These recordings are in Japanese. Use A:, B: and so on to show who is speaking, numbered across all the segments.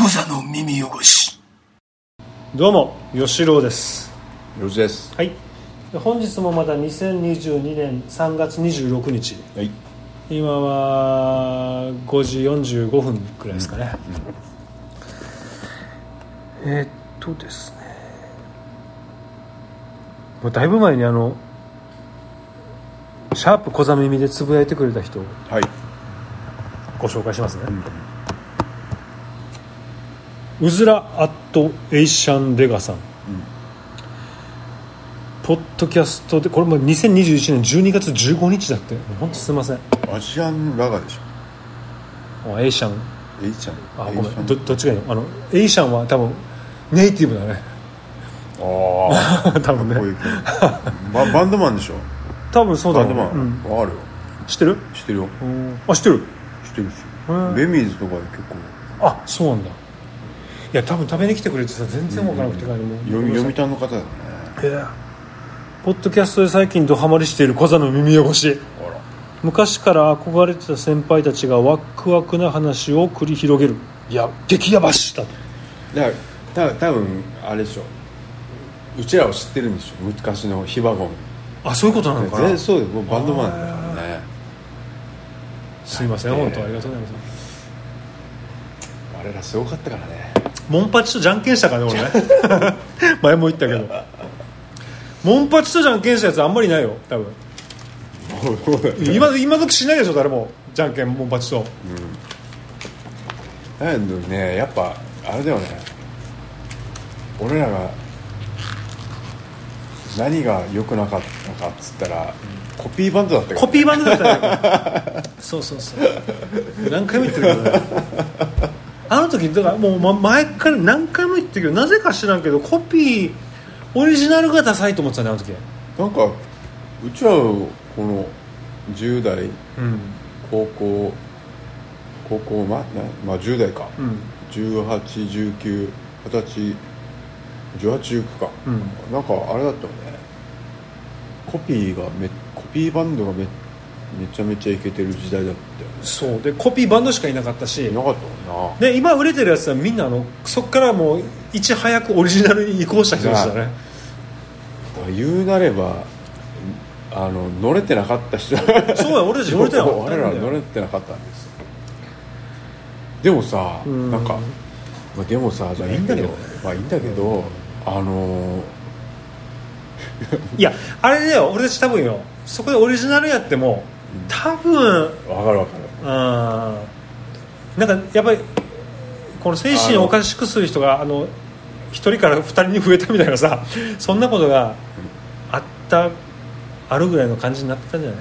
A: 無座の耳汚し
B: どうも吉郎です
C: よろしいです
B: はい本日もまた2022年3月26日
C: はい
B: 今は5時45分くらいですかね、えーっとですねもうだいぶ前にあのシャープ小座耳でつぶやいてくれた人を
C: はい
B: ご紹介しますね、うずらアットエイシャンレガさん、ポッドキャストでこれもう2021年12月15日だって本当すいません
C: アジアンラガでし
B: あエイシャン
C: ょエイちゃん
B: あ
C: エイ
B: ご
C: ち
B: め
C: ゃ
B: んどどっちがいいのあのエイシャンは多分ネイティブだね
C: あ
B: 多分
C: あこういう
B: ね
C: 系ババンドマンでしょ
B: 多分そう
C: バ
B: だ
C: ン
B: ね
C: ドマン、
B: うん、
C: あるよ
B: 知ってる
C: 知ってるよ
B: あ知ってる
C: 知ってるっす
B: う
C: よ
B: ん
C: ベミーズとかで結構
B: あそうなんだいや多分食べに来てくれてさ全然わからなくて、もう
C: 読み読みたんの方だよね
B: ええポッドキャストで最近ドハマりしている小座の耳汚し
C: あら
B: 昔から憧れてた先輩たちがワックワクな話を繰り広げるいや激ヤバしだ
C: だからた多分あれでしょうちらを知ってるんでしょ昔のヒバゴン
B: あそういうことなのか
C: 全
B: な
C: 然そうでもうバンドマンだからね
B: すいません本当ありがとうございます
C: あれらすごかったから ね
B: モンパチとじゃんけんしたからね 俺ね前も言ったけどモンパチとじゃんけんしたやつあんまりないよ多分今今時しないでしょ誰もじゃんけんモンパチと
C: だけどねやっぱあれだよね俺らが何が良くなかったかっつったら、コピーバンドだったから
B: コピーバンドだったよそうそうそう何回も言ってるけどねあの時だからもうま前から何回も言ってるけどなぜか知らんけどコピーオリジナルがダサいと思ってたねあの時
C: なんかうちらのこの10代
B: うん
C: 高校高校まなまあ10代か、
B: うん
C: 181920歳1819か、
B: うん
C: なんかあれだったよねコピーがめコピーバンドがめめちゃめちゃイケてる時代だったよね
B: そうでコピーバンドしかいなかったし
C: いなかったもんな
B: で今売れてるやつはみんなあのそっからもういち早くオリジナルに移行した人でしたね
C: だから言うなればあの乗れてなかった人乗
B: そうや俺たち乗れてなかった
C: 俺
B: ん
C: ら
B: だよ
C: 乗れてなかったんですよでもさ
B: うん
C: なんか、まあ、でもさじゃないけどまあいいんだけど、あのー
B: いやあれだよ俺たち多分よそこでオリジナルやっても多分
C: わかるわかる
B: あーなんかやっぱりこの精神をおかしくする人があの一人から二人に増えたみたいなさそんなことがあったあるぐらいの感じになってたんじゃない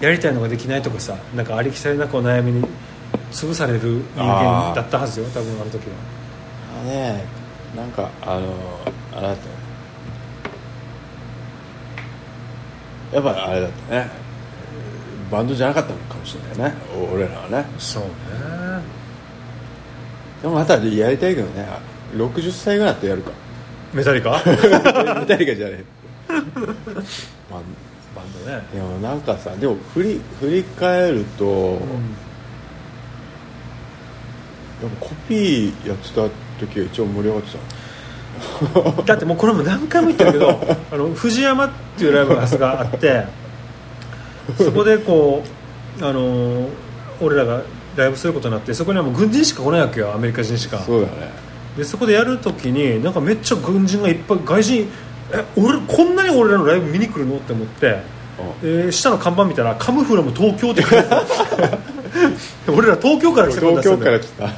B: やりたいのができないとかさなんかありきたりなこう悩みに潰される人間だったはずよ多分あの時は
C: あねなんかあのあれだったよやっぱあれだったねバンドじゃなかったのかもしれないねお俺らはね
B: そうね
C: でもまたやりたいけどね60歳ぐらいだってやるか
B: メタリ カ
C: 誰かじゃないまあ
B: バンドね
C: でもなんかさでも振り振り返ると、やっぱコピーやってた時は一応盛り上がってた
B: だってもうこれも何回も言ってるけど あの藤山っていうライブががあってそこでこう、あのー俺らがライブすることになってそこにはもう軍人しか来ないわけよアメリカ人しか
C: そうだね
B: でそこでやるときになんかめっちゃ軍人がいっぱい外人え俺こんなに俺らのライブ見に来るのって思って、えー下の看板見たら「カムフラム東京」って 書いてある俺ら東京から来た
C: 東京から来た
B: うん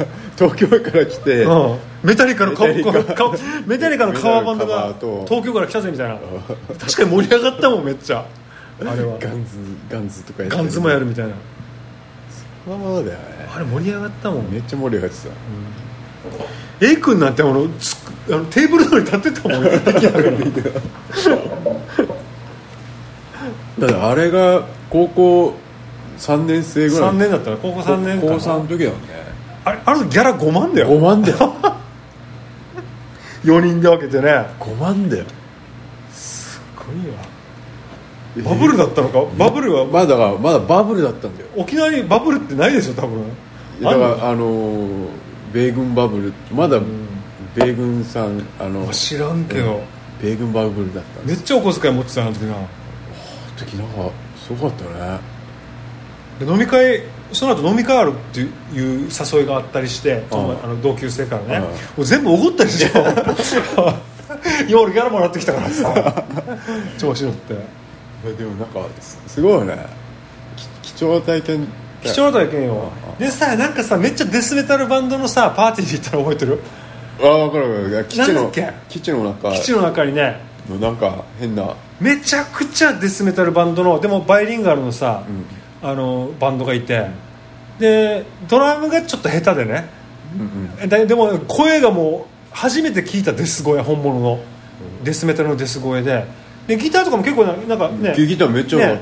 C: 東京から来て、
B: うんメタリカのカ
C: メタリカ
B: カメタリカのカバーバン
C: メタリカのカ
B: ドが
C: バーと
B: 東京から来たぜみたいな確かに盛り上がったもんめっちゃあれは
C: ガンズガンズとかや
B: ガンズもやる
C: み
B: みたいな
C: たいなまあだよね
B: あれ盛り上がったも
C: め
B: ん
C: っちゃ盛り上がってた、
B: A 君なんてあのつあの テーブルの上に立ってたもん出来上がる
C: だってあれが高校3年生ぐらい
B: 3年だったら高校3年
C: 高
B: か
C: 高
B: な
C: 3の時だよね
B: あれあのギャラ5万だよ
C: 5万だよ
B: 4人で分けてね
C: 5万だよ
B: すごいわバブルだったのかバブルは、
C: まあだからまだバブルだったんだよ
B: 沖縄にバブルってないでしょ多分
C: だか
B: あんの
C: らあのー米軍バブルまだ米軍さんあの
A: 知らんけど、
C: 米軍バブルだったん
B: め
C: で
B: っ
C: す
B: ちゃお小遣い持ってたなあの時な
C: 時なんかすごかったね
B: で飲み会その後飲み会あるっていう誘いがあったりしてそのあの同級生からね
C: うん
B: もう全部おごったりしょ いや俺ギャラもらってきたからさ調子乗って
C: えでもなんかすすごいよねき貴重な体験
B: 貴重な体験よ
C: うん
B: でさなんかさめっちゃデスメタルバンドのさパーティーに行ったの覚えてる
C: ああ分かる分かる基地
B: なんだ
C: の
B: っけ
C: 基地の中
B: 基地の中にね
C: のなんか変な
B: めちゃくちゃデスメタルバンドのでもバイリンガルのさ、
C: うん
B: あのバンドがいてでドラムがちょっと下手でね
C: うんうん
B: ででも声がもう初めて聞いたデス声本物の、デスメタルのデス声ででギターとかも結構ななんかね
C: ギターめっちゃ良かっ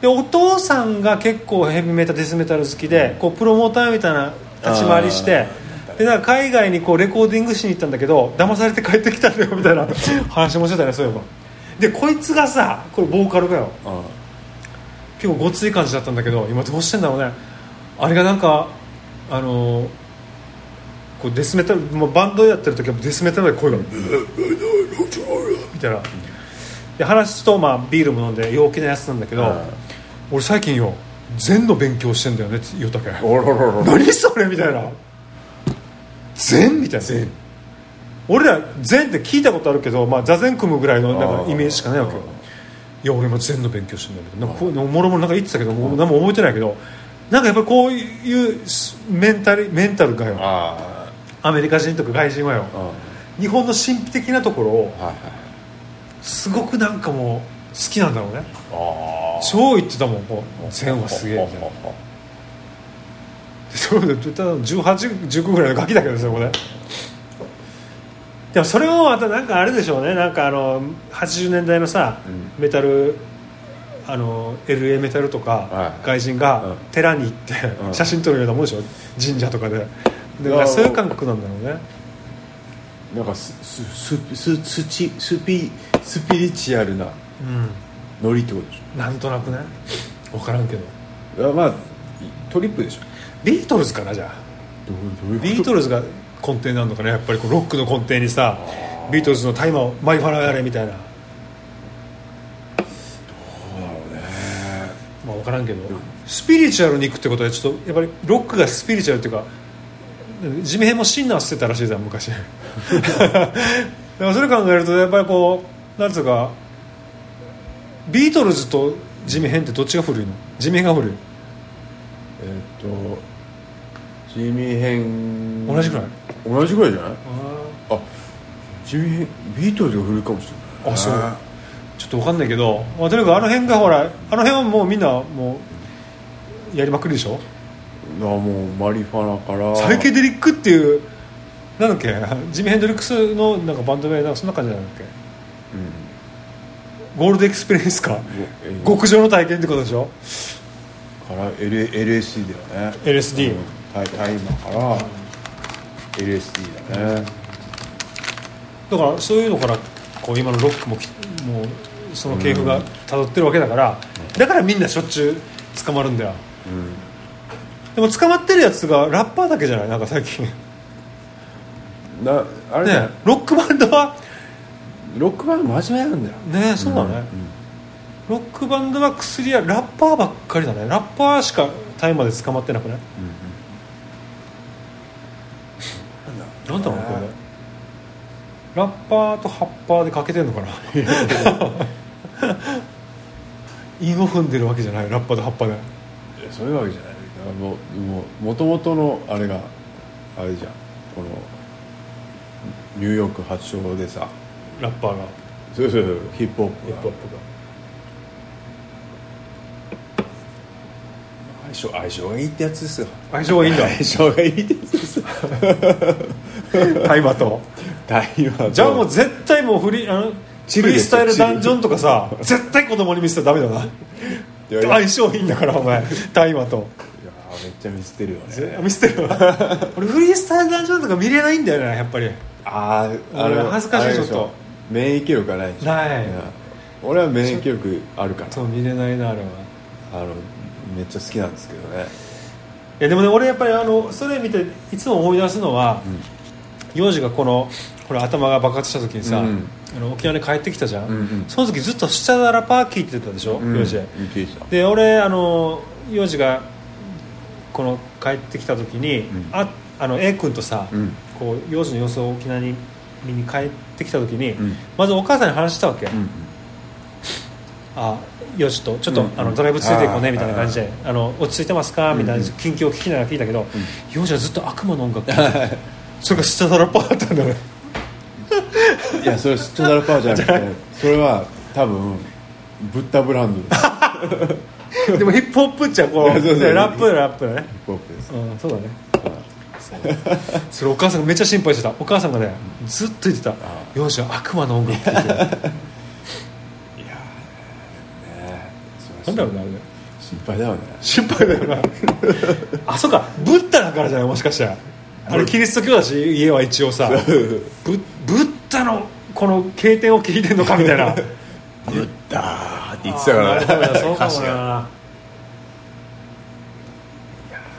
C: たよ
B: でお父さんが結構ヘビメタデスメタル好きでこうプロモーターみたいな立ち回りしてでなんか海外にこうレコーディングしに行ったんだけど騙されて帰ってきたんだよみたいな話もしてたねそういえばでこいつがさこれボーカルがよ
C: あ
B: 結構ごつい感じだったんだけど今どうしてんだろうねあれがなんかあのーこうデスメタルもうバンドやってる時はデスメタルで声が「ブーブーブーブーみたいなで話すと、まあ、ビールも飲んで陽気なやつなんだけど
C: あ
B: 俺最近よ禅の勉強してんだよねって言うたけ
C: あおろろろろ
B: 何それみたいな禅みたいな
C: 全
B: 俺ら禅って聞いたことあるけど、まあ、座禅組むぐらいのなんかイメージしかないわけよ
C: あ
B: いや俺今禅の勉強してんだけどなんかこうもろもろなんか言ってたけどもう何も覚えてないけどなんかやっぱりこういうメンタルメンタルがよ
C: あ
B: アメリカ人とか外人はよ
C: ああ
B: 日本の神秘的なところを
C: あはいはい
B: すごくなんかもう好きなんだろうね
C: ああ
B: 超言ってたもんこう禅はすげえみたいな
C: ああああ
B: そうだ1819ぐらいのガキだけどねそこででもそれもまたなんかあれでしょうねなんかあの80年代のさ、
C: う
B: メタルあの LA メタルとか、
C: はい
B: 外人
C: うん
B: が寺に行って、
C: うん
B: 写真撮るようなもんでしょ神社とかでで
C: うわ
B: そういう感覚なんだろうね
C: なんかすすすすすちスピスピリチュアルな
B: う
C: ノリってことでし
B: んなんとなくね分からんけど
C: ょいやまあトリップでしょ
B: ビートルズかなじゃあ
C: どうどういうこと
B: ビートルズが根底になるのかねやっぱりこうロックの根底にさビートルズの「大麻をマイファラやれ」みたいなどうだろうねまあ分からんけどスピリチュアルに行くってことはちょっとやっぱりロックがスピリチュアルっていうか地面もシンナーしてたらしいじゃ ん昔だからそれ考えるとやっぱりこうなんつうかビートルズと地面編ってどっちが古いの地面が古い
C: えーっとジミーヘン
B: 同じくらい
C: 同じぐらいじゃないあジミーヘンビートルズが古いかもしれない
B: あそうちょっとわかんないけど、まあ、とにかくあの辺がほらあの辺はもうみんなもうやりまくりでしょ
C: なもうマリファナから
B: サイケデリックっていうなんだっけジミー・ヘンドリックスのなんかバンド名なんかそんな感じなんだっけ
C: うん
B: ゴールドエクスペリエンスか
C: えー
B: 極上の体験ってことでしょ
C: から L LSD だよね
B: LSD
C: うんタイタイマーから LSD だね
B: だからそういうのからこう今のロックもきもうその系譜が辿ってるわけだからだからみんなしょっちゅう捕まるんだよ
C: うん
B: でも捕まってるやつがラッパーだけじゃないなんか最近ね
C: なあれだよ
B: ロックバンドは
C: ロックバンド真面目なんだよ
B: ねそうだね、ロックバンドは薬やラッパーばっかりだねラッパーしか大麻で捕まってなくね
C: うんうん
B: なんだろうねこれラッパーとハッパーでかけてん のかな韻を踏んでるわけじゃないラッパーとハッパーで
C: いやそういうわけじゃないだからもうもう元々のあれがあれじゃんこのニューヨーク発祥でさ
B: ラッパーが
C: そうそうそうヒップホップ
B: ヒップ
C: が
B: ホップが
C: 相性相性がいいってやつですよ
B: 相性がいいんだ
C: 相性がいいってやつですよ
B: 大麻と
C: 大麻
B: じゃあもう絶対もうフリーあの
C: チ
B: フ
C: ル
B: リー
C: です
B: スタイルダンジョンとかさ絶対子供に見せたらダメだな
C: 相性いやい
B: 相性いいんだからお前大麻と
C: やめっちゃ見捨てるよ
B: ぜ
C: ね
B: 見せてるわ 俺フリースタイルダンジョンとか見れないんだよねやっぱり
C: あああれ
B: 俺恥ずかしい
C: あれで
B: ちょっと
C: 免疫力がないでしょ
B: ない
C: や俺は免疫力あるから
B: そう見れないなあれは
C: あのめっちゃ好きなんですけどね
B: いやでもね俺やっぱりあのそれ見ていつも思い出すのは
C: うん
B: 幼児がこのこれ頭が爆発した時にさ、
C: うん
B: あの沖縄に帰ってきたじゃん、
C: うんうん
B: その時ずっと「スチャダラパー」聞いてたでしょ、
C: うん
B: 幼児
C: 聞いてた
B: で俺あの幼児がこの帰ってきた時に、
C: うん
B: ああの A 君とさ、
C: うん
B: こう幼児の様子を沖縄に見に帰ってきた時に、
C: うん
B: まずお母さんに話したわけ、
C: うん
B: あよしとちょっと、
C: うんうん
B: あのドライブついていこう
C: あ
B: ね
C: ー
B: みたいな感じであの落ち着いてますかみたいな
C: うんうん
B: 近況を聞きながら聞いたけど、幼児はずっと悪魔の音楽 それがスタダラパーだったんだね
C: いやそれスチャダラパーじゃなくてそれは多分ブッダブランドですヒ
B: でもヒップホップっちゃこ う
C: そうそうそう
B: ラップだラップだね
C: ップホップ です
B: うんそうだ ねそうそれお母さんがめっちゃ心配してたお母さんがねずっと言ってた「幼児は悪魔の音楽」って 言ってるなんだろうねあれね
C: 心配だよね
B: 心配だよな あそうかブッダだからじゃないもしかしたらあれキリスト教だし家は一応 さブブッダのこの経典を聞いてんのかみたい な
C: ブッダーって言ってたか
B: あーなるほ
C: ら
B: どそうかも
C: 歌詞が
B: な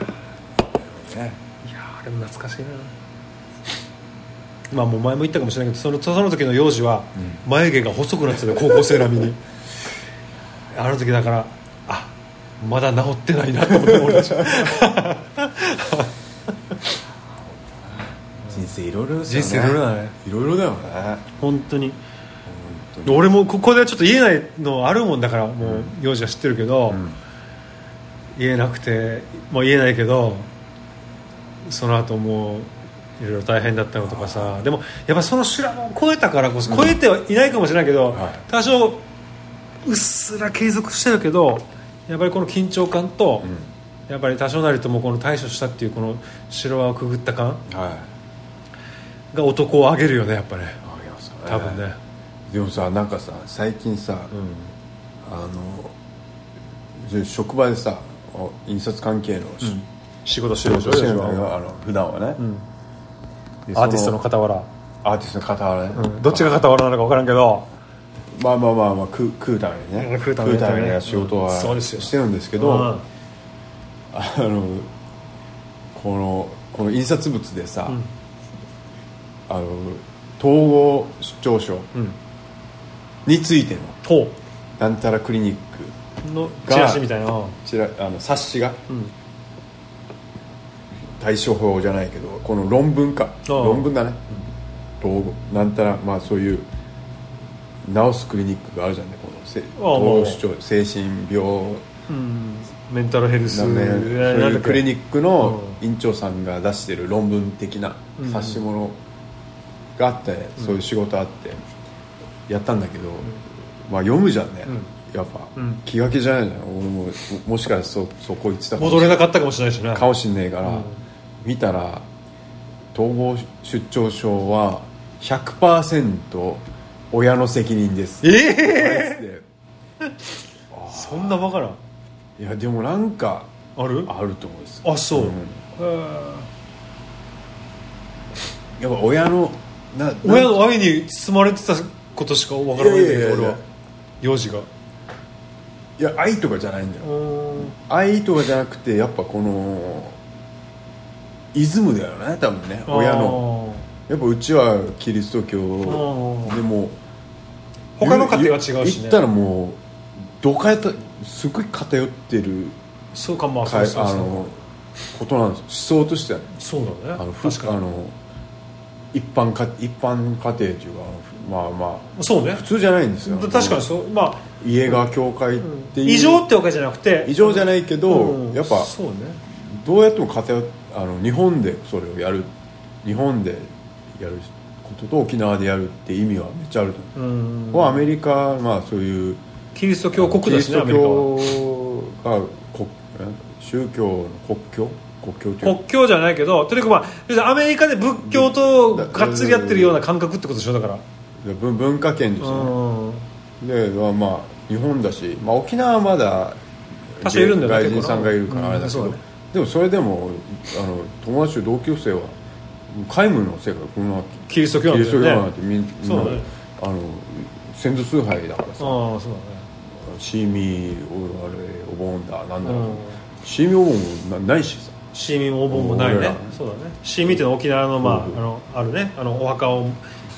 C: ね
B: いやーあれも懐かしいなまあもう前も言ったかもしれないけどそのその時の幼児は眉毛が細くなってたよ高校生並 みにあの時だからあまだ治ってないなと思って俺たち
C: 人生いろいろですよ ね
B: 人生いろいろだね
C: いろいろだよね
B: 本当に
C: 本当に
B: 俺もここではちょっと言えないのあるもんだからもう幼児は知ってるけど、
C: うん
B: 言えなくてもう言えないけどその後もういろいろ大変だったのとかさでもやっぱその修羅門を超えたからこそ超えてはいないかもしれないけど、
C: はい
B: 多少うっすら継続してるけどやっぱりこの緊張感と、やっぱり多少なりともこの対処したっていうこの白輪をくぐった感
C: はい
B: が男を上げるよねやっぱね
C: ありますよね
B: 多分ね、
C: でもさなんかさ最近さ
B: うん
C: あのじゃ職場でさお印刷関係のし
B: 仕事し
C: 仕
B: ようと
C: 事
B: し
C: してて
B: る
C: るんだけ
B: でしょ
C: どあの普段はね
B: うん
C: で
B: アーティストの
C: そ
B: 傍ら、
C: アーティストの方はね
B: どっちが傍らなのか分からんけど
C: まあまあまあまあ食う食うために
B: うん
C: ね
B: 食うためにね
C: 仕事は
B: そうですよ
C: してるんですけ
B: ど
C: どあのこのこの印刷物でさ
B: うん
C: あの統合失調症
B: うん
C: についての
B: ほ
C: なんたらクリニック
B: うの
C: が
B: チラシみたいなうん
C: ちらあの冊子が対処法じゃないけどこの論文か
B: ああ
C: 論文だね統合なんたらまあそういう治すクリニックがあるじゃんねこのせ
B: ああ
C: 統合失調精神病
B: うんメンタルヘルス
C: なね、そう
B: なん
C: い
B: だ
C: う
B: っけ
C: クリニックの
B: う
C: 院長さんが出してる論文的な
B: うん
C: 冊子ものがあって、そういう仕事あってやったんだけど、まあ読むじゃんね、やっぱ、
B: うん
C: 気が気じゃないじゃん俺もももしかしたらそそこ行ってたかもし
B: 戻れなかったかもしれないしね
C: かもしんねえから、
B: うん
C: 見たら統合出張症は100%親の責任です
B: え
C: え
B: えそんなバカない
C: やでもなんか
B: ある
C: あると思うんです
B: あそう、
C: ん
B: へ
C: やっぱ親のな
B: え親の愛に包まれてたことしか分からないんだけ
C: い
B: ど
C: やいやいやいや
B: 俺は幼児が
C: いや愛とかじゃないんだよ
B: うん
C: 愛とかじゃなくてやっぱこのイズムだよね多分ね親のやっぱうちはキリスト教で
B: ー
C: も
B: 他の家庭は違うしね
C: 言ったらもうどかやたすごい偏ってる
B: そうかまあそ
C: か
B: う
C: い
B: そう
C: あ
B: そう
C: のことなんですよ思想としてはね
B: そうだ
C: あ
B: ね
C: の
B: 確
C: ふ
B: か
C: あ
B: に
C: の一般家一般家庭っていうかまあまあ
B: そうね
C: 普通じゃないんですよ
B: 確かにそうまあ
C: 家が教会っていう、
B: 異常ってわけじゃなくて
C: 異常じゃないけど、
B: うん
C: やっぱ
B: そうね
C: どうやっても偏っあの日本でそれをやる日本でやることと沖縄でやるって意味はめっちゃあると思
B: うん
C: う、これはアメリカまあそういう
B: キリスト教国だしね
C: キ
B: ア
C: リスト
B: メリカ
C: 教
B: は
C: が国え宗教の国教国教という
B: 国教じゃないけどとにかくまあ要するにアメリカで仏教とがっつりやってるような感覚ってことでしょだから
C: 文文化圏ですよね
B: うん
C: でまあまあ日本だし、まあ、沖縄はまだ
B: 多少いるんだよね
C: 外人さんがいるからあれだけ
B: 結構
C: ど、
B: なうんそうだね
C: でもそれでもあの友達と同級生は皆無の世界こんな
B: キリスト
C: キ
B: 教なん
C: リス
B: だ
C: ト教な
B: よ
C: ん
B: ね
C: てみんみん
B: そ
C: な、
B: うだね
C: あの先祖崇拝だからさ
B: ああそう
C: シーミーオールあれお盆だなんだ
B: だ
C: ろ
B: ね
C: う、
B: うん
C: シーミーお盆もなないしさ
B: シーミもお盆もない
C: 俺
B: ね
C: ら
B: そうだねシーミっていうのは沖縄の,、まあ、あ
C: そうそう
B: のあるねあのお墓を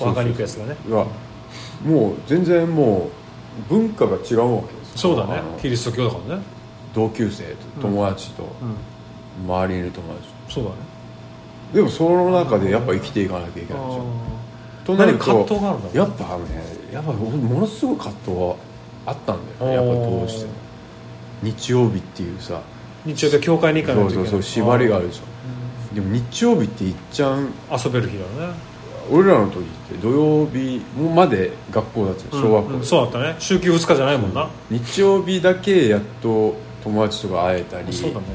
B: お墓に行くやつがね
C: がもう全然もう文化が違うわけです
B: そう
C: よ
B: だね
C: あの
B: キリスト教だからね
C: 同級生と友達と
B: うん
C: 周りにいる友達
B: そうだね
C: とでもその中でやっぱ生きていかなきゃいけないでしょとなると
B: 何か葛藤があるんだ
C: やっぱねやっぱものすごい葛藤はあったんだよねやっぱどうしても日曜日っていうさ
B: 日曜日は教会に行かない
C: そ
B: と
C: う
B: いけ
C: そ
B: な
C: う
B: い
C: そう縛りがあるでしょでも日曜日っていっちゃん
B: あー遊べる日だね
C: 俺らの時って土曜日まで学校だったじゃん小学校
B: うん
C: で、
B: うんそうだったね週休2日じゃないもんな、
C: 日曜日だけやっと友達とか会えたり
B: そうだね、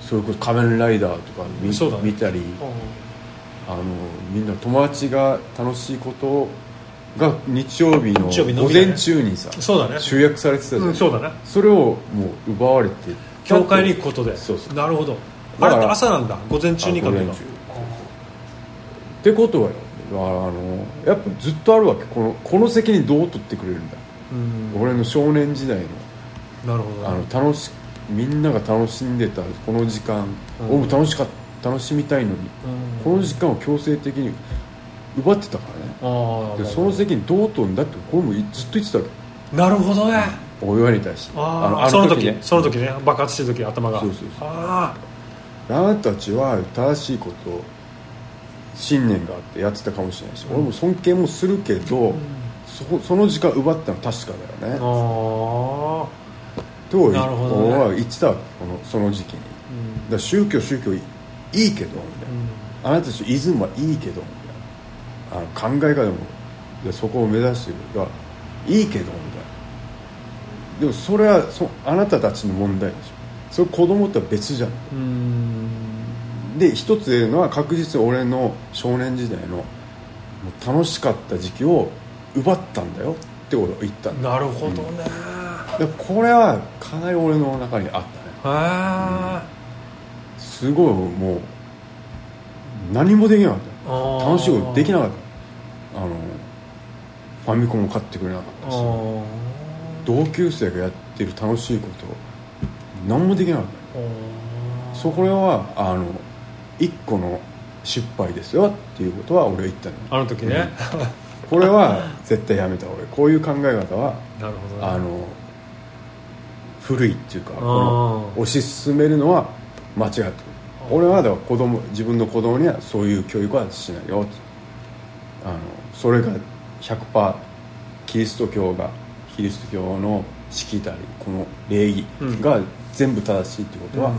C: それこそ「仮面ライダー」とか見,、
B: そうだね
C: 見たりあのみんな友達が楽しいことが日曜日の
B: 日曜日の
C: 午
B: みだね
C: 前中にさ、
B: そうだね
C: 集約されてたじゃん、
B: うん、そうだね
C: それをもう奪われて
B: 教会に行くことで
C: そうそう
B: なるほど
C: だ
B: あれ
C: か
B: って
C: ら
B: 朝なんだ午前中に行かないの
C: あ午前中ってことはよだからあのやっぱずっとあるわけこのこの責任どう取ってくれるんだ、
B: うん
C: 俺の少年時代の
B: なるほど
C: あ
B: ね
C: の楽しみんなが楽しんでたこの時間
B: うん
C: を、俺も楽しかった楽しみたいのに、
B: うん
C: この時間を強制的に奪ってたからね
B: あー
C: でその責任どうとんだってこれもずっと言ってたわ
B: なるほどね
C: け親に対して
B: ああ
C: あ
B: その時
C: ね
B: その時ね爆発してる時頭が
C: そうそうそう
B: あ
C: あなたたちは正しいことを信念があってやってたかもしれないし、俺も尊敬もするけど、そこその時間奪ったのは確かだよね、
B: ーああ
C: と俺
B: なるほどね
C: は言ってたわけこのその時期にだから宗教宗教いいいけどみたいな、あなたたちのイズムはいいけどみたいなあの考え方もでそこを目指してるがいいけどみたいなでもそれはそあなたたちの問題でしょそれ子供とは別じゃんで一つ言えるのは確実に俺の少年時代のもう楽しかった時期を奪ったんだよってことを言ったんだ
B: なるほどね
C: でこれはかなり俺の中にあったね
B: あ
C: すごいもう何もできなかっ
B: ーあ
C: た
B: ー
C: 楽しいことできなかったあのファミコンも買ってくれなかった
B: あ
C: し
B: ー
C: 同級生がやってる楽しいこと何もできなかった
B: あー
C: そこはあの一個の失敗ですよっていうことは俺は言ったの
B: あの時ね
C: これは絶対やめた方がいいこういう考え方は
B: なるほどね
C: あの古いっていうかこの
B: あー
C: 推し進めるのは間違ってる
B: あー
C: 俺はだから子供自分の子供にはそういう教育はしないよってあのそれが100%キリスト教がキリスト教のしきたりこの礼儀
B: うん
C: が全部正しいってことは、
B: うん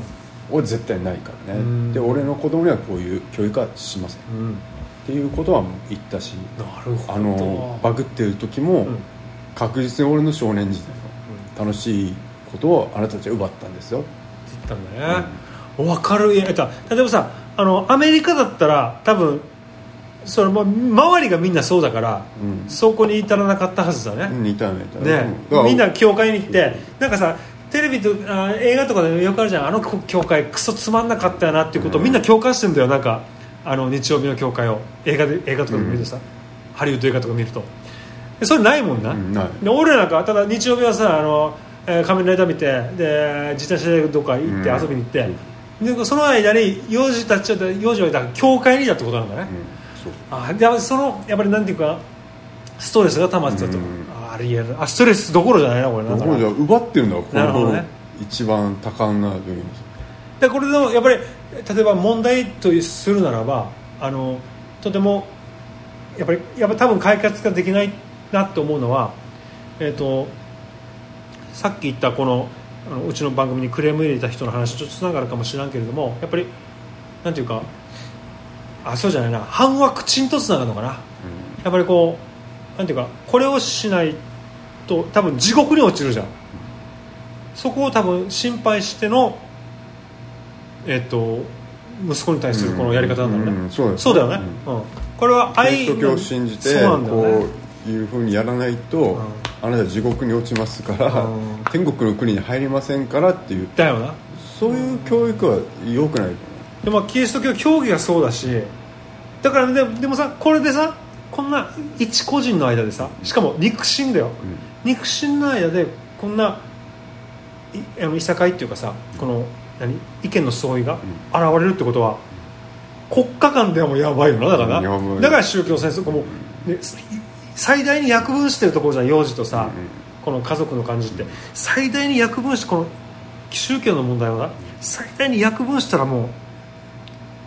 C: 俺絶対ないからね、
B: うん
C: で俺の子供にはこういう教育はしませんっ
B: うん
C: ていうことはもう言ったし
B: なるほど
C: あのバグってる時も、
B: うん
C: 確実に俺の少年時代の楽しいことをあなたたちは奪ったんですよ
B: 言ったんだね、分かるいやえっと例えばさあのアメリカだったら多分それも周りがみんなそうだから、
C: うん
B: そこに至らなかったはずだね、
C: 似たよね似たよ
B: ね
C: ね、だから
B: みんな教会に来てなんかさテレビとあ映画とかでよくあるじゃんあの教会クソつまんなかったよなっていうことを
C: うん
B: みんな共感してんだよなんかあの日曜日の教会を映画で映画とかで見るとさ、ハリウッド映画とか見るとでそれないもんな、
C: うんない
B: で俺らなんかただ日曜日はさあの、えー仮面ライダー見てで自転車でどっか行って
C: うん
B: 遊びに行って、でその間に幼児たちは幼児はいたから教会にいたってことなんだね、
C: うんそう
B: あでそのやっぱりなんていうかストレスが溜まってたと、
C: うん
B: あありえるあストレスどころじゃないなこれな
C: ところ
B: だ
C: じゃ
B: か
C: 奪ってるのはこの
B: なるほ
C: 頃、
B: どね
C: 一番多感な部分です
B: らこれでもやっぱり例えば問題とするならばあのとてもやっぱりやっぱ多分解決ができないなと思うのは、えっとさっき言ったこのあのうちの番組にクレーム入れた人の話とちょっとつながるかもしれないけれどもやっぱりなんていうかあそうじゃないな半ワクチンとつながるのかな。やっぱりこうなんていうかこれをしないと多分地獄に落ちるじゃんそこを多分心配してのえっと息子に対するこのやり方なんだろうね、
C: うんうんそうだよね
B: そうだよね、うんこれは
C: キリ
B: 愛
C: スト教を信じて
B: そうなんだよね
C: こういうふうにやらないと、
B: ん
C: あなたは地獄に落ちますから、
B: うん
C: 天国の国に入りませんからっていう
B: だよな
C: そういう教育は良くない
B: でもキリスト教教義がそうだしだからででもさこれでさこんな一個人の間でさしかも肉親だよ、肉親の間でこんないあのいさかいっていうかさこの何意見の相違が現れるってことは国家間でもやばいよなだから
C: やば
B: ないだから宗教戦争こう、ね、す最大に約分してるところじゃん幼児とさ、
C: うんうん
B: この家族の感じって最大に約分してこの宗教の問題はな最大に約分したらもう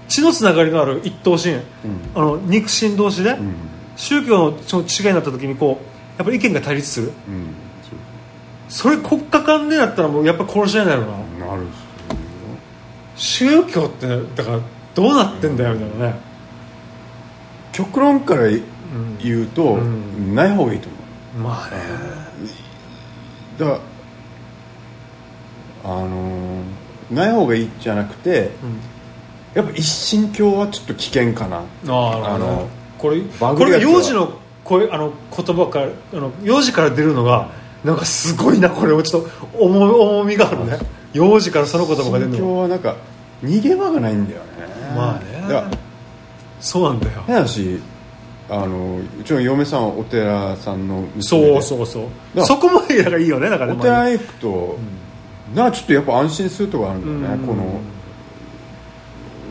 B: 血のつながりのある一等身あの肉親同士で、
C: うん
B: 宗教のその違いになった時にこうやっぱり意見が対立する
C: うん
B: それ国家間でだったらもうやっぱ殺し合いになるな、
C: そうなるっ
B: 宗教ってだからどうなってんだよみたいなね、
C: すよ極論から
B: うん
C: 言うと、
B: うん
C: ない方がいいと思
B: まあね
C: うだからあのーない方がいいじゃなくてやっぱ一神教はちょっと危険かな
B: うんああ
C: あ
B: の
C: の
B: これ
C: バ
B: こ
C: グる
B: れ
C: やつは
B: 幼児の声あの言葉からあの幼児から出るのがなんかすごいなこれをちょっと重重みがあるね幼児からその言葉が出る
C: 神
B: の
C: 教はなんか逃げ場がないんだよね
B: まあね
C: だから
B: そうなんだよ
C: 変な話あのうちの嫁さんはお寺さんの娘で
B: そうそうそ
C: だ
B: うそこまでがいいよねだから
C: お
B: ね
C: 寺へ行くと、なんかちょっとやっぱ安心するとこあるんだよね、
B: うん
C: この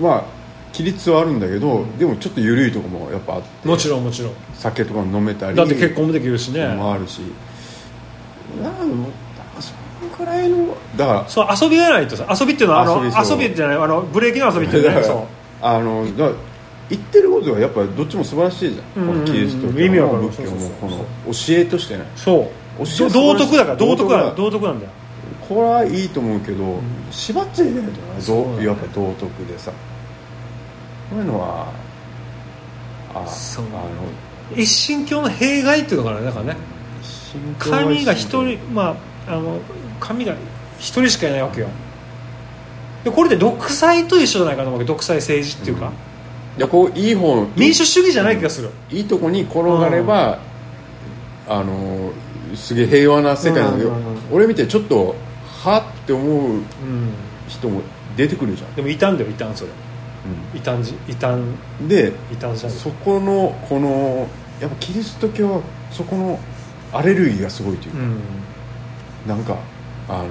C: まあ規律はあるんだけど、でもちょっと緩いとこもやっぱあって
B: もちろんもちろん
C: 酒とかも飲めたり
B: だって結婚もできるしね
C: もあるしなんかもうそのくらいのだから
B: そう遊びじゃないとさ遊びっていうのはあの
C: 遊びそう
B: 遊びじゃないあのブレーキの遊びっていう
C: だ
B: ね
C: か
B: そ
C: らあのだから言ってることはやっぱどっちも素晴らしいじゃん、
B: うんうんうん
C: このキリスト
B: 意味
C: 教
B: わかる
C: も仏教
B: そ
C: も
B: うそ
C: こ
B: うそう
C: の教えとしてね
B: う
C: 教え
B: そ
C: 素
B: う
C: 晴
B: 道
C: らしい
B: 徳だから道徳だ
C: 道
B: 道徳なんだよ
C: これはいいと思うけど、縛っちゃいけないと思うね
B: そうだ
C: ど
B: ね
C: うやっぱ道徳でさこういうのはあ
B: そう
C: あの
B: 一神教の弊害っていうのかなだからね
C: 信仰は
B: 神が一
C: 信
B: 人まああの神が一人しかいないわけよでこれで独裁と一緒じゃないかと思うけど独裁政治っていうか、
C: うん仰いやこういい方
B: 民主主義じゃない気がする、
C: いいとこに転がれば、あのすげえ平和な世界なんだけど、
B: うんうんうんうん
C: 俺見てちょっとはって思う
B: うん、
C: 人も出てくるじゃん、
B: でも異端だよ異端それ異端じ異端
C: で
B: 異端じゃない
C: そこのこのやっぱキリスト教はそこのアレルギーがすごいという
B: う
C: か、
B: ん
C: なんかあの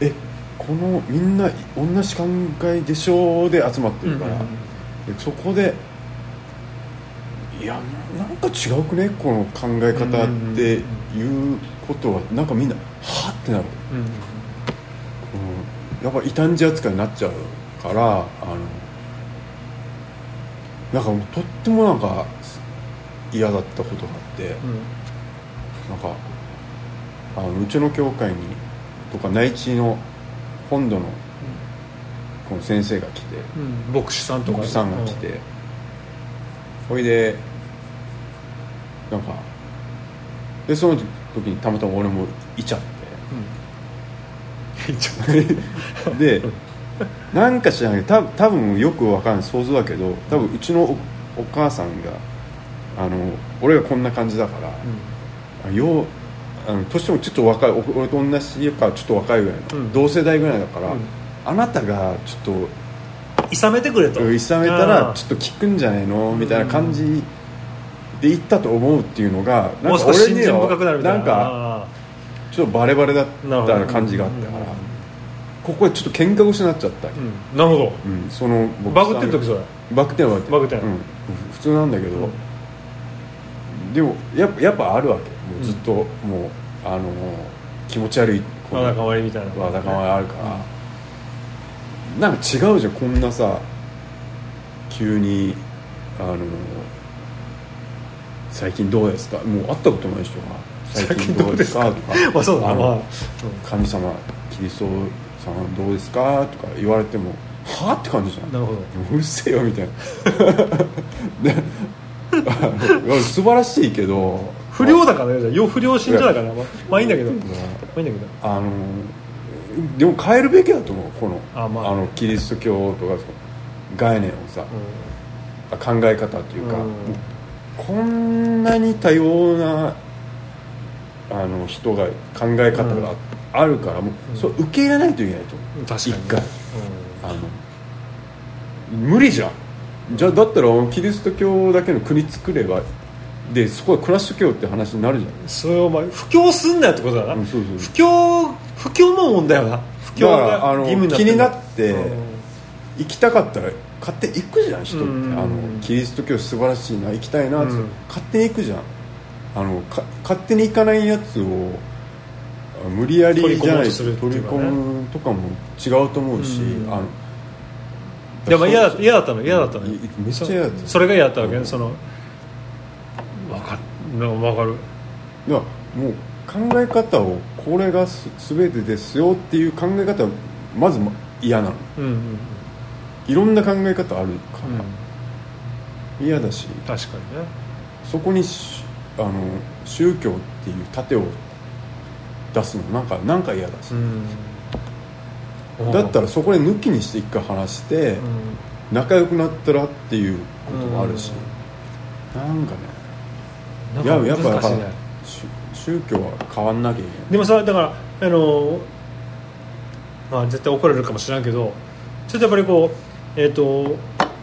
C: えこのみんな同じ考えでしょうで集まってるから、でそこでいやなんか違うくねこの考え方っていうことはなんかみんなはってなる、
B: うん
C: うん、やっぱ異端児扱いになっちゃうからあのなんかもうとってもなんか嫌だったことがあって、
B: うん
C: なんかあのうちの教会にとか内地の本土のこの先生が来て
B: うん、牧師さんとか
C: 奥さんが来てほいでなんかでその時にたまたま俺もいちゃっ
B: うん、 一応
C: て でなんか知らないけど多分多分よくわかんない想像だけど多分うちのおお母さんがあの俺がこんな感じだから、あようあの年もちょっと若いお俺と同じかちょっと若いぐらいの、
B: うん
C: 同世代ぐらいだから、
B: うん
C: あなたがちょっ
B: いさめてくれと
C: といさめた
B: あ
C: ら
B: ー
C: ちょっと聞くんじゃないのみたいな感じで言ったと思うっていうのが
B: も
C: か
B: う少し
C: 俺
B: 信
C: に
B: 心
C: は
B: 深くなるみたいな
C: なんか
B: あ
C: ちょっとバレバレだっ
B: ーなるほど
C: た感じがあったから、
B: うん
C: ここでちょっと喧嘩腰になっちゃった、
B: う
C: うん
B: なるほ
C: んその
B: ど
C: 僕
B: バグってる時それ
C: バグってんはバグってん
B: バグってん
C: うん、普通なんだけど、でもやっぱやっぱあるわけもうずっと、もうあの気持ち悪いこ
B: わ
C: の
B: だかまりみたいな
C: わだかまりあるから、なんか違うじゃんこんなさ急にあの最近どうですかもう会ったことない人が
B: 最近どうですか
C: 最近どうですかとか
B: まあそうだな
C: あ
B: まあ
C: の神様キリストさんどうですかとか言われてもはあって感じじゃん
B: うん なるほど
C: うるせえよみたいな であの素晴らしいけど
B: 不良だからねじゃあよ不良信者だからまあまあいいんだけどまあいいんだけど
C: あのでも変えるべきだと思うこの
B: あまあ
C: のキリスト教とかその概念をさ、考え方というか、
B: うん
C: こんなに多様なあの人が考え方があるから、もう
B: うん
C: それ受け入れないといけないと思う
B: うん確かに
C: 一回あの無理じゃんじゃあだったらキリスト教だけの国作ればでそこはクラッシュ教って話になるじ
B: うんそれをまあ布教すんなよってことだ
C: ゃん、
B: な
C: そうそう
B: 布教不況も問題よな不況
C: だからあの
B: が義務になって
C: 気
B: る
C: になって
B: うん
C: 行きたかったら勝手に行くじゃん人って、
B: うん
C: あのキリスト教素晴らしいな行きたいなって、
B: うん
C: 勝手に行くじゃんあのか勝手に行かないやつをあ無理やりじゃない
B: 取り込もうとするって
C: 取
B: い
C: り
B: うか
C: 込
B: ね
C: むとかも違うと思うし、
B: うん
C: あの
B: でも嫌だ
C: そう
B: 嫌だったの嫌だったのよ
C: いめっちゃ嫌だった
B: そそれが嫌だったわけね、
C: うん
B: その分かるなんか分かる
C: いやもう考え方をこれがす全てですよっていう考え方はまずま嫌なの
B: うんうんうん
C: いろんな考え方あるか
B: うん
C: ら嫌だし
B: 確かにね
C: そこにしあの宗教っていう盾を出すのなんかなんか嫌だし、
B: うん
C: だった
B: ら
C: らそこで抜きにして一回話して、仲良くなったらっていうこともあるし、なんかねいややっぱやっぱし宗教は変わんなきゃいけない
B: でもさだからあのまあ絶対怒られるかもしれんけどちょっとやっぱりこうえっ、と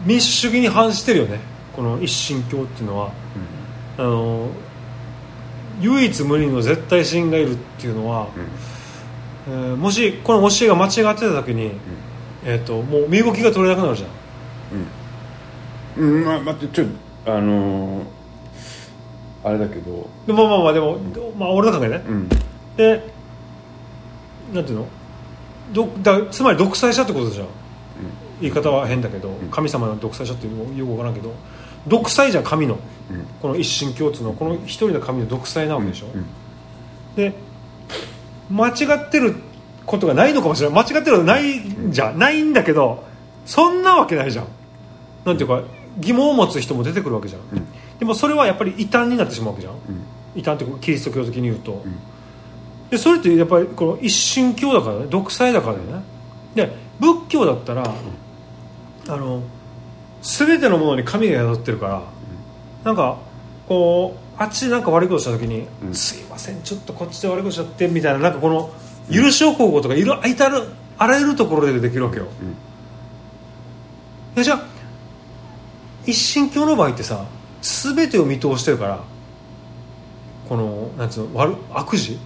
B: 民主主義に反してるよねこの一神教っていうのはあの唯一無二の絶対神がいるっていうのは、
C: うんうん
B: えーもしこの教えが間違ってた時に、えー、ともう身動きが取れなくなるじゃん
C: うん、うんまあ、待ってちょっとあのーあれだけど
B: でまあまあまあでも、まあ、俺の考えね、
C: うん
B: でなんていうのどだつまり独裁者ってことじゃん言い方は変だけど、
C: ん
B: 神様の独裁者っていうのよくわからんけど独裁じゃん神の
C: うんうん
B: この一神教っていうのはこの一人の神の独裁なわけでしょ、
C: うん
B: で間違ってることがないのかもしれない間違ってることないんじゃないんだけどそんなわけないじゃんなんていうか疑問を持つ人も出てくるわけじゃん、
C: うん
B: でもそれはやっぱり異端になってしまうわけじゃん
C: うん
B: 異端ってキリスト教的に言うと、
C: ん
B: でそれってやっぱりこの一神教だからね独裁だからねで仏教だったら、あの全てのものに神が宿ってるから、なんかこうあっちでなんか悪いことした時に、
C: うん
B: すいませんちょっとこっちで悪いことしちゃってみたいななんかこの許しを乞うことがいろあいたるあらゆるところでできるわけよ、
C: うん
B: でじゃあ一神教の場合ってさ全てを見通してるからこのなんつうの悪悪事、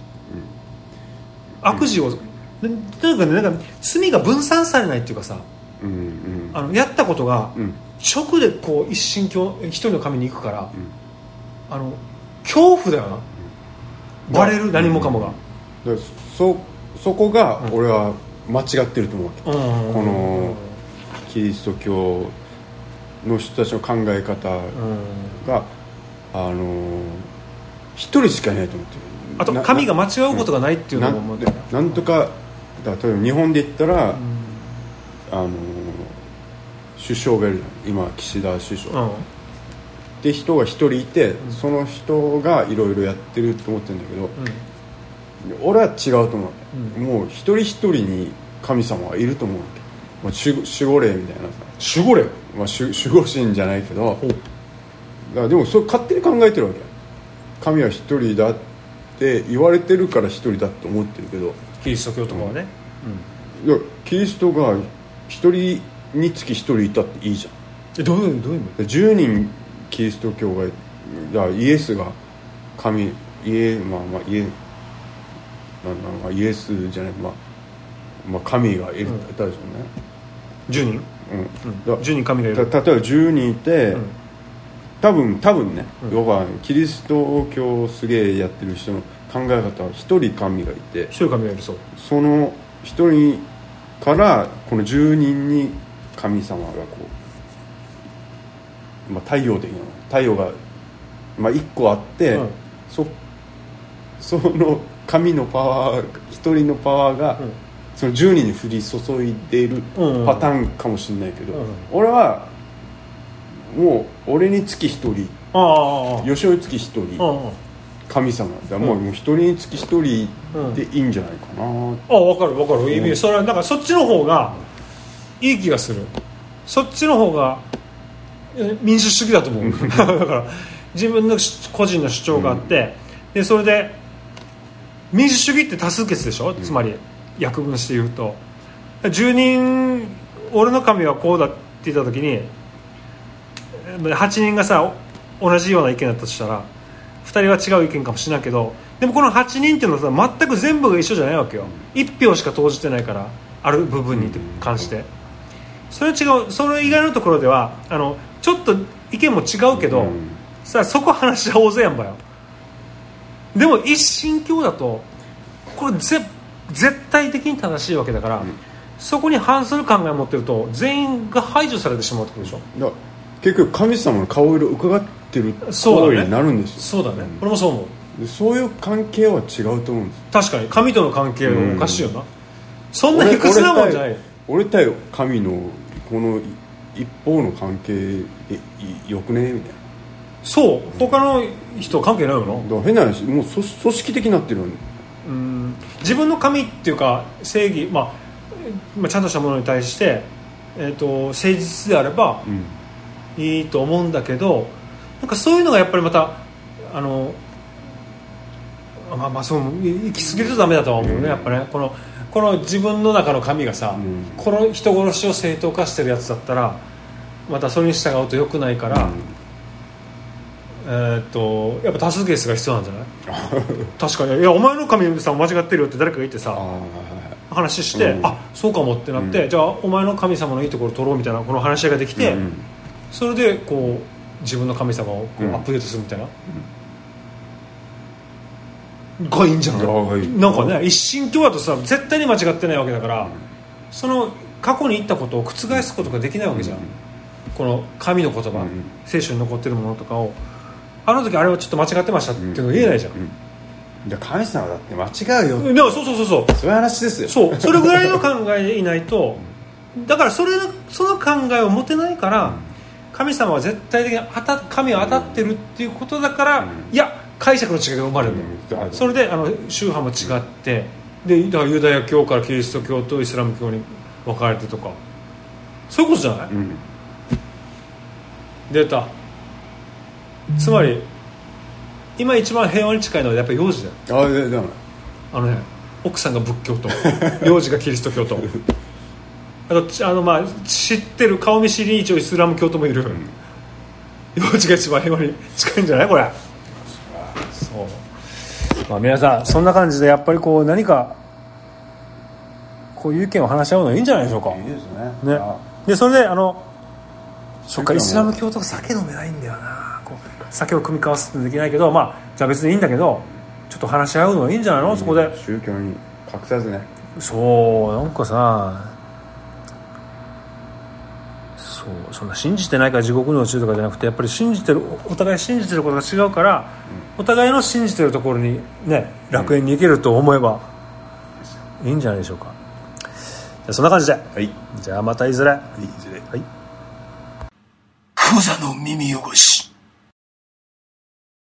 B: 悪事を、でとにかくねなんか罪が分散されないっていうかさ
C: うんうん
B: あのやったことが
C: うん
B: 直でこう一神教一人の神に行くから、
C: うん
B: あの恐怖だよな、バレる何もかもが、
C: だからそそこが俺は間違ってると思うわけ、
B: うん
C: このキリスト教の人たちの考え方
B: うん
C: が、あのー一人しかいないと思ってる
B: あと
C: な
B: 神が間違うことがないっていう
C: な
B: の
C: ん
B: も
C: でなんとかだから例えば日本で言ったら、
B: うん
C: あのー首相がいるじゃん今岸田首相、
B: うん
C: って人が一人いて、その人がいろいろやってると思ってるんだけど、
B: うん
C: 俺は違うと思う、
B: うん
C: もう一人一人に神様はいると思うわけ、まあ、守護守護霊みたいなさ、
B: 守護霊
C: まあ、守守護神じゃないけどだからでもそれ勝手に考えてるわけ神は一人だって言われてるから一人だと思ってるけど
B: キリスト教とかはね、
C: いやキリストが一人につき一人いたっていいじゃん
B: えどういうどういう意
C: で10人キリスト教がいやイエスが神イエまあまあイエまあまあまあイエスじゃないまあまあ神がいるいたでしょ
B: 味10人、
C: うね、う
B: う
C: んんだ
B: 10人神がいる、
C: た例えば10人いて、
B: うん
C: 多分多分ね、
B: うん
C: 要はキリスト教をすげえやってる人の考え方は一人神がいて
B: 一人神がいるそう
C: その一人からこの10人に神様がこう、まあ、太陽的な太陽が、まあ、1個あって、
B: うん
C: そその神のパワー一人のパワーが、
B: うん
C: その10人に降り注いでいる
B: うん
C: パターンかもしれないけど、
B: うん
C: 俺はもう俺につき一人
B: あああ
C: 吉尾につき一人、
B: あああ
C: 神様だもう
B: うん
C: もう一人につき一人でいいんじゃないかなって
B: あ分かる分かる、
C: うん
B: それはなんかそっちの方がいい気がするそっちの方がえ民主主義だと思 うだから自分の主個人の主張があって、でそれで民主主義って多数決でしょ、つまり約分して言うと10人俺の神はこうだって言った時に8人がさお同じような意見だったとしたら2人は違う意見かもしれないけどでもこの8人っていうのはさ全く全部が一緒じゃないわけよ、1票しか投じてないからある部分に関して、それは違うそれ以外のところではあのちょっと意見も違うけど、
C: うん
B: さあそこ話し合おうぜやんばよでも一神教だとこれぜ絶対的に正しいわけだから、
C: ん
B: そこに反する考えを持ってると全員が排除されてしまうってことでしょ
C: だから結局神様の顔色を伺ってる行
B: そうだね
C: 為になるんですよ
B: そうだね、俺もそう思う
C: でそういう関係は違うと思うんです
B: 確かに神との関係はおかしいよな、そんな卑屈なもんじゃないよ
C: 俺対俺対神のこの一方の関係でいよくねみたい
B: そう他の人関係ないよな、
C: なだから変な話もう組組織的になってるのに
B: うん自分の神っていうか正義、まあえまあ、ちゃんとしたものに対して、えー、と誠実であれば
C: うん
B: いいと思うんだけどなんかそういうのがやっぱりまたあのあまあまあそうい行き過ぎるとダメだとは思うね、
C: うん
B: やっぱねこのこの自分の中の神がさ、
C: うん
B: この人殺しを正当化してるやつだったらまたそれに従うと良くないから、えーっとやっぱ多数決が必要な んじゃない確かにいやお前の神様間違ってるよって誰かが言ってさ
C: ああは
B: 話して、
C: うん
B: あそうかもってなって、
C: うん
B: じゃあお前の神様のいいところ取ろうみたいなこの話し合いができ
C: いはい
B: て、
C: うん
B: それでこう自分の神様をこう
C: うん
B: アップデートするみたいな、がいいんじゃない
C: あはい
B: なんかね一神教だとさ絶対に間違ってないわけだから、その過去に言ったことを覆すことができないわけじゃん、
C: うん
B: この神の言葉、
C: うん
B: 聖書に残ってるものとかをあの時あれはちょっと間違ってましたっていうの言えないじゃん、
C: うんじゃあ神様だって間違うよ
B: だからそうそうそうそう
C: そういう話ですよ
B: そうそれぐらいの考えでいないとだからそれのその考えを持てないから神様は絶対的に当た神は当たってるっていうことだから、
C: うん
B: いや解釈の違いが生まれるんだよ、
C: うん
B: それであの宗派も違ってでだからユダヤ教からキリスト教とイスラム教に分かれてとかそういうことじゃない、
C: うん
B: 出たつまり今一番平和に近いのはやっぱり幼児だよ
C: ああででも
B: あのね奥さんが仏教 と幼児がキリスト教とあとちあのまあ知ってる顔見知り一応イスラム教徒もいる、幼児が一番平和に近いんじゃないこれそう、まあ、皆さんそんな感じでやっぱりこう何かこういう意見を話し合うのはいいんじゃないでしょうか
C: いいですね
B: ね
C: あ、
B: でそれであのそっ
C: 宗教
B: か
C: も
B: イスラム教とか酒飲めないんだよなこう酒を組み交わすってできないけどまあじゃあ別にいいんだけどちょっと話し合うのはいいんじゃないの、そこで
C: 宗教に隠さずね
B: そうなんかさそうそんな信じてないから地獄に落ちるとかじゃなくてやっぱり信じてるおお互い信じてることが違うから、お互いの信じてるところにね楽園に行けると思えばいいんじゃないでしょうかじゃあそんな感じで
C: はいい
B: じゃあまたいずれ
C: いずれ
B: はい
A: クザの耳汚し